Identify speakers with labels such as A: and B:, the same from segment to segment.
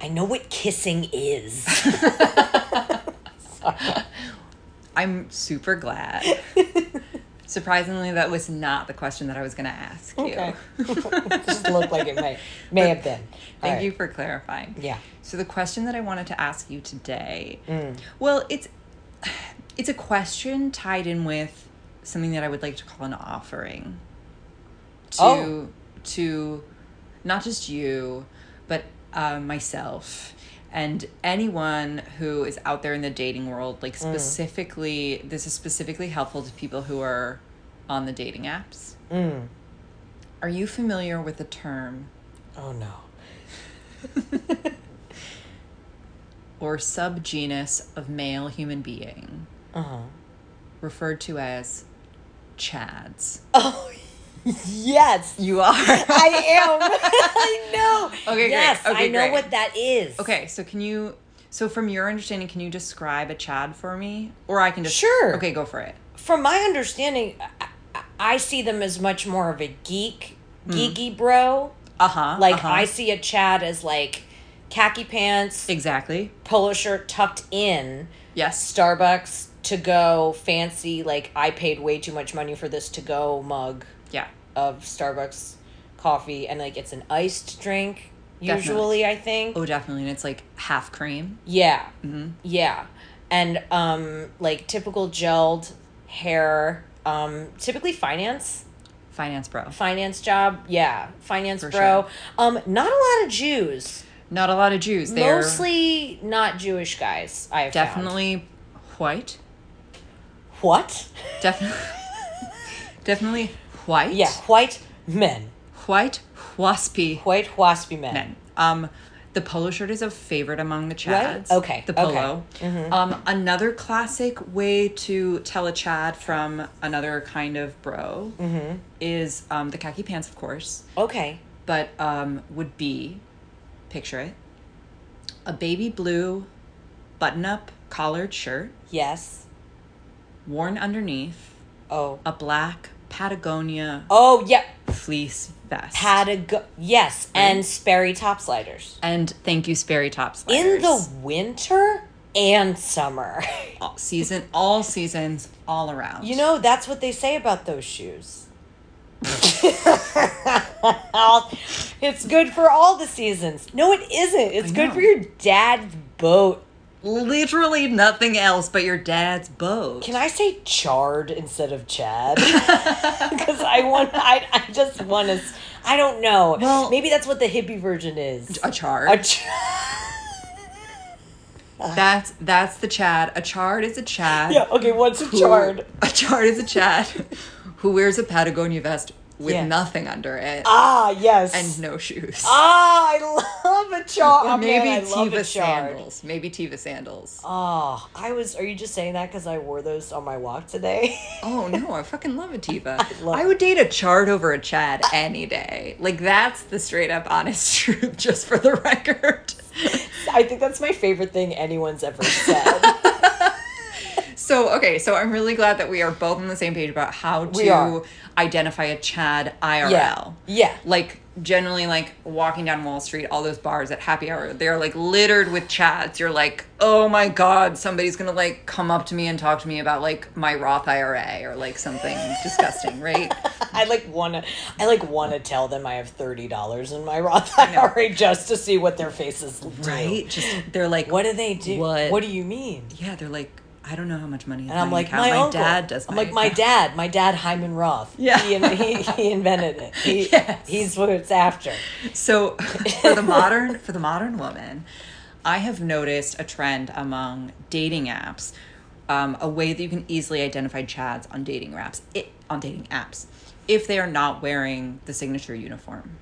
A: I know what kissing is.
B: I'm super glad. Surprisingly, that was not the question that I was going to ask you.
A: Okay. Just looked like it may may have been.
B: Thank you for clarifying.
A: Yeah.
B: So the question that I wanted to ask you today, well, it's it's a question tied in with something that I would like to call an offering to
A: Oh.
B: to not just you, but uh, myself and anyone who is out there in the dating world. Like specifically, this is specifically helpful to people who are on the dating apps. Are you familiar with the term
A: Oh no.
B: or subgenus of male human being
A: Uh
B: Uh-huh.
A: huh.
B: referred to as chads.
A: Oh yes,
B: You are.
A: I am. I know.
B: Okay, great.
A: Yes, I
B: Okay,
A: know
B: great.
A: what that is.
B: Okay, so can you so from your understanding, can you describe a chad for me? Or I can just
A: Sure.
B: Okay, go for it.
A: From my understanding, I, I- I see them as much more of a geek, geeky bro.
B: Uh-huh.
A: Like
B: Mm. uh-huh.
A: I see a Chad as like khaki pants,
B: Exactly.
A: polo shirt tucked in,
B: Yes.
A: Starbucks to go, fancy. Like I paid way too much money for this to go mug
B: Yeah.
A: of Starbucks coffee, and like it's an iced drink
B: Definitely.
A: usually. I think.
B: Oh Mm-hmm. definitely. And it's like half cream.
A: Yeah. Yeah. And um like typical gelled hair, um typically finance,
B: Finance bro.
A: finance job. Yeah, finance
B: For
A: bro.
B: sure.
A: Um not a lot of Jews.
B: Not a lot of Jews. They're
A: Mostly not Jewish guys. I have found.
B: definitely white.
A: What?
B: Definitely Definitely white.
A: Yeah, white men.
B: White waspy
A: White waspy men.
B: men. Um, the polo shirt is a favorite among the
A: Right?
B: chads.
A: Okay,
B: the
A: okay. Mm-hmm.
B: polo. Um, another classic way to tell a chad from another kind of bro
A: Mm-hmm.
B: is um, the khaki pants, of course,
A: Okay.
B: but um, would be, picture it, a baby blue, button-up collared shirt
A: Yes.
B: worn underneath
A: Oh.
B: a black Patagonia
A: Oh, yeah.
B: fleece vest.
A: Patago- Yes, and Sperry top sliders.
B: and thank you, Sperry Top Sliders.
A: In the winter and summer.
B: all season, all seasons, all around.
A: You know, that's what they say about those shoes. it's good for all the seasons. No, it isn't. It's good
B: know.
A: for your dad's boat.
B: literally nothing else but your dad's boat.
A: Can I say chard instead of Chad? Because I want, I, I just want to. s- I don't know.
B: Well-
A: Maybe that's what the hippie version is.
B: a chard?
A: A chard.
B: that's that's the Chad. A chard is a Chad.
A: Yeah. Okay. What's a
B: who-
A: chard?
B: A chard is a Chad who wears a Patagonia vest with
A: Yeah.
B: nothing under it
A: Ah, yes.
B: and no shoes.
A: ah, I love a chard.
B: Or maybe
A: Man, I love a
B: Tiva
A: chard.
B: sandals. Maybe Tiva sandals.
A: Oh, I was. Are you just saying that because I wore those on my walk today?
B: Oh no, I fucking love a Tiva. I,
A: love
B: would date a chard over a Chad any day. Like that's the straight up honest truth, just for the record.
A: I think that's my favorite thing anyone's ever said.
B: So okay, so I'm really glad that we are both on the same page about how
A: We are.
B: to identify a Chad IRL.
A: yeah. Yeah.
B: Like generally like walking down Wall Street, all those bars at happy hour, they're like littered with Chads. You're like, "Oh my god, somebody's going to like come up to me and talk to me about like my Roth IRA or like something disgusting, right?"
A: I like wanna. I like wanna tell them I have thirty dollars in my Roth IRA just to see what their faces do.
B: Right? Just they're like,
A: What do they do?
B: What?
A: do you mean?
B: Yeah, they're like, "I don't know how much money is
A: And I'm
B: in
A: like,
B: account.
A: my,
B: my
A: uncle.
B: dad does."
A: I'm like, my
B: account."
A: dad. My dad, Hyman Roth.
B: Yeah.
A: He, in- he, he invented it. He,
B: Yes.
A: He's what it's after.
B: So for the modern for the modern woman, I have noticed a trend among dating apps, um, a way that you can easily identify chads on dating apps, it, on dating apps, if they are not wearing the signature uniform.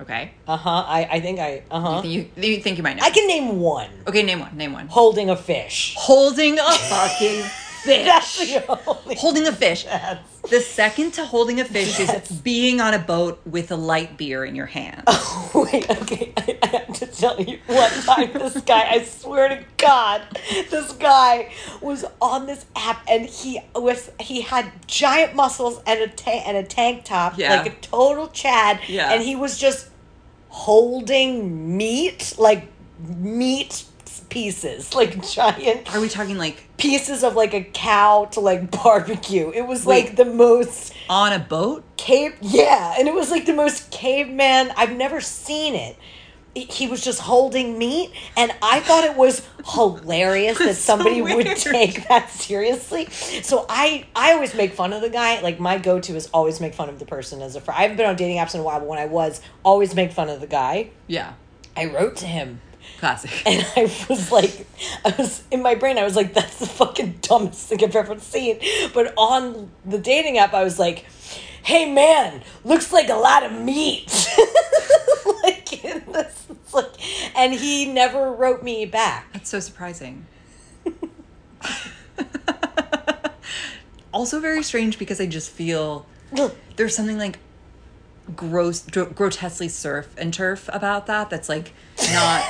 B: Okay,
A: Uh huh. I, I think I. Uh huh.
B: you, you think you might know?
A: I can name one.
B: okay, name one. Name one.
A: Holding a fish.
B: Holding a fucking
A: That's
B: fish.
A: the only.
B: Holding a fish.
A: That's-
B: The second to holding a fish
A: Yes.
B: is being on a boat with a light beer in your hand.
A: Wait, okay, I, I have to tell you one time this guy, I swear to God, this guy was on this app and he was he had giant muscles and a ta- and a tank top,
B: Yeah.
A: like a total Chad,
B: Yeah.
A: and he was just holding meat, like meat pieces, like giant
B: Are we talking like
A: pieces of like a cow to like barbecue. It was
B: Wait.
A: like the most
B: on a boat?
A: cave yeah, and it was like the most caveman I've never seen it. He- He was just holding meat, and I thought it was hilarious that
B: That's so
A: somebody would
B: weird.
A: take that seriously. So I, I always make fun of the guy. Like my go to is always make fun of the person as a friend. I haven't been on dating apps in a while, but when I was, always make fun of the guy.
B: Yeah.
A: I wrote to him
B: Classic.
A: and I was like, I was in my brain, I was like, that's the fucking dumbest thing I've ever seen. But on the dating app, I was like, hey man, looks like a lot of meat. like, in this, it's like, and he never wrote me back.
B: That's so surprising. also very strange because I just feel there's something like gross dr- grotesquely surf and turf about that that's like not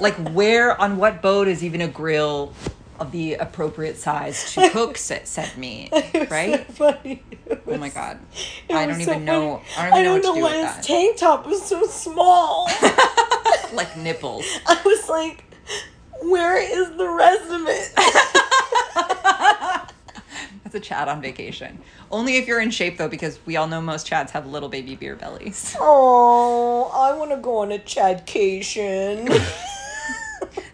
B: like where on what boat is even a grill of the appropriate size to cook set, set meat right
A: Funny.
B: oh my god
A: It
B: i
A: was
B: don't
A: so
B: even know
A: funny.
B: i don't even know what
A: why
B: to do
A: his
B: with that
A: tank top was so small.
B: like nipples
A: I was like, where is the rest of it?
B: that's a chad on vacation only if you're in shape though because we all know most chads have little baby beer bellies
A: Oh, I want to go on a chadcation.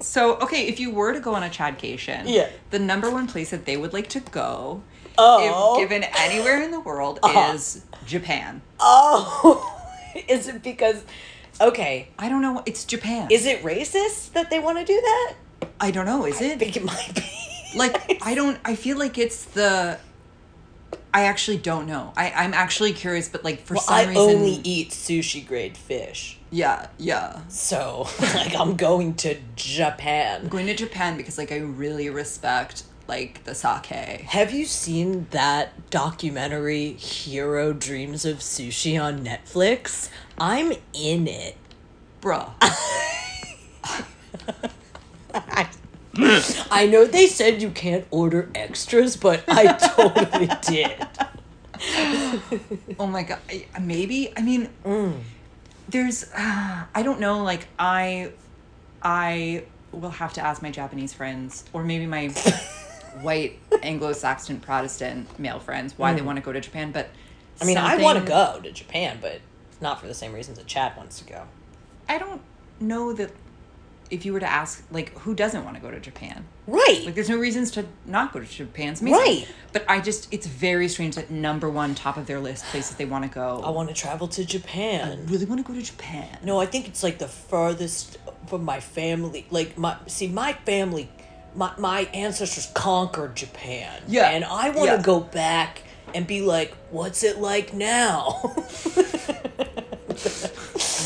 B: so okay if you were to go on a chadcation
A: Yeah.
B: the number one place that they would like to go
A: Oh. Uh-huh.
B: if given anywhere in the world is Japan.
A: Oh, is it because? Okay,
B: I don't know. It's Japan.
A: is it racist that they want to do that?
B: I don't know. Is
A: I
B: it
A: think it might be.
B: like I don't? I feel like it's the. I actually don't know. I I'm actually curious, but like for some
A: I
B: reason,
A: only eat sushi grade fish,
B: yeah, yeah.
A: so like I'm going to Japan.
B: Going to Japan because like I really respect like the sake.
A: Have you seen that documentary Hero Dreams of Sushi on Netflix? I'm in it.
B: Bruh.
A: I know they said you can't order extras, but I totally did.
B: oh my god I- maybe i mean
A: Mm.
B: there's uh, i don't know like i i will have to ask my japanese friends or maybe my white anglo-saxon protestant male friends why they want to go to japan but
A: Mm. I mean, I want to
B: something-
A: go to Japan, but not for the same reasons that Chad wants to go.
B: i don't know that if you were to ask like who doesn't want to go to japan like
A: Right.
B: there's no reasons to not go to japan it's amazing.
A: Right.
B: but i just it's very strange that number one top of their list places they want to go
A: I want to travel to Japan.
B: really want to go to japan
A: No, I think it's like the furthest from my family. Like my see, my family, my my ancestors conquered Japan.
B: Yeah.
A: and I want to
B: Yeah.
A: go back and be like, what's it like now?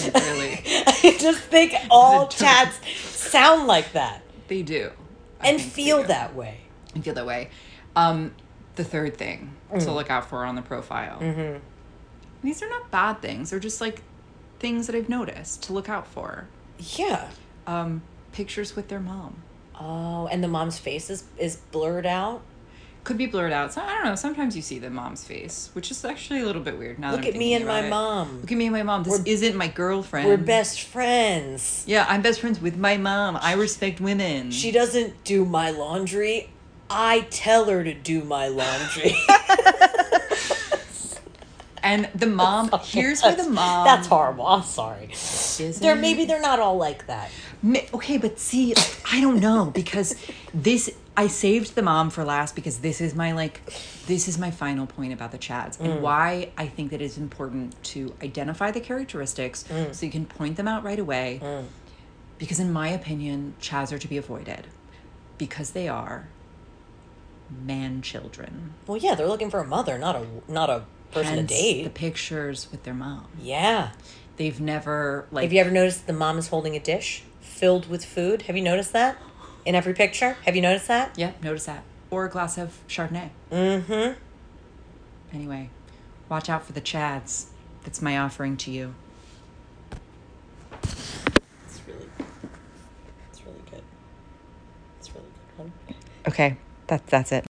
B: really
A: I just think all
B: The term.
A: Chads sound like that
B: They do. I
A: and
B: think they
A: feel
B: do.
A: that way.
B: And feel that way. Um, the third thing to
A: Mm.
B: look out for on the profile.
A: Mm-hmm.
B: These are not bad things. They're just like things that I've noticed to look out for.
A: Yeah.
B: Um, pictures with their mom
A: Oh, and the mom's face is is blurred out.
B: could be blurred out. So I don't know. Sometimes you see the mom's face, which is actually a little bit weird. Now
A: Look
B: that I'm
A: at me
B: thinking
A: and my
B: about it.
A: mom.
B: Look at me and my mom. This isn't my girlfriend.
A: We're best friends.
B: Yeah, I'm best friends with my mom. I respect women.
A: She doesn't do my laundry. I tell her to do my laundry.
B: and the mom. Here's where the mom.
A: Oh, That's horrible. I'm sorry.
B: is
A: They're maybe they're not all like that.
B: Mi- Okay, but see, like, I don't know because this I saved the mom for last because this is my like this is my final point about the chads
A: Mm.
B: and why I think that it's important to identify the characteristics
A: Mm.
B: so you can point them out right away. Because in my opinion, chads are to be avoided because they are man children.
A: Well, yeah, they're looking for a mother, not a not a person
B: Hence
A: to
B: the
A: date.
B: pictures with their mom.
A: Yeah.
B: They've never like
A: Have you ever noticed the mom is holding a dish filled with food? Have you noticed that in every picture? Have you noticed that?
B: Yeah, notice that. Or a glass of Chardonnay. Mm-hmm. Anyway, watch out for the Chads. That's my offering to you.
A: It's really, it's really good. It's really good.
B: Okay, that's that's it.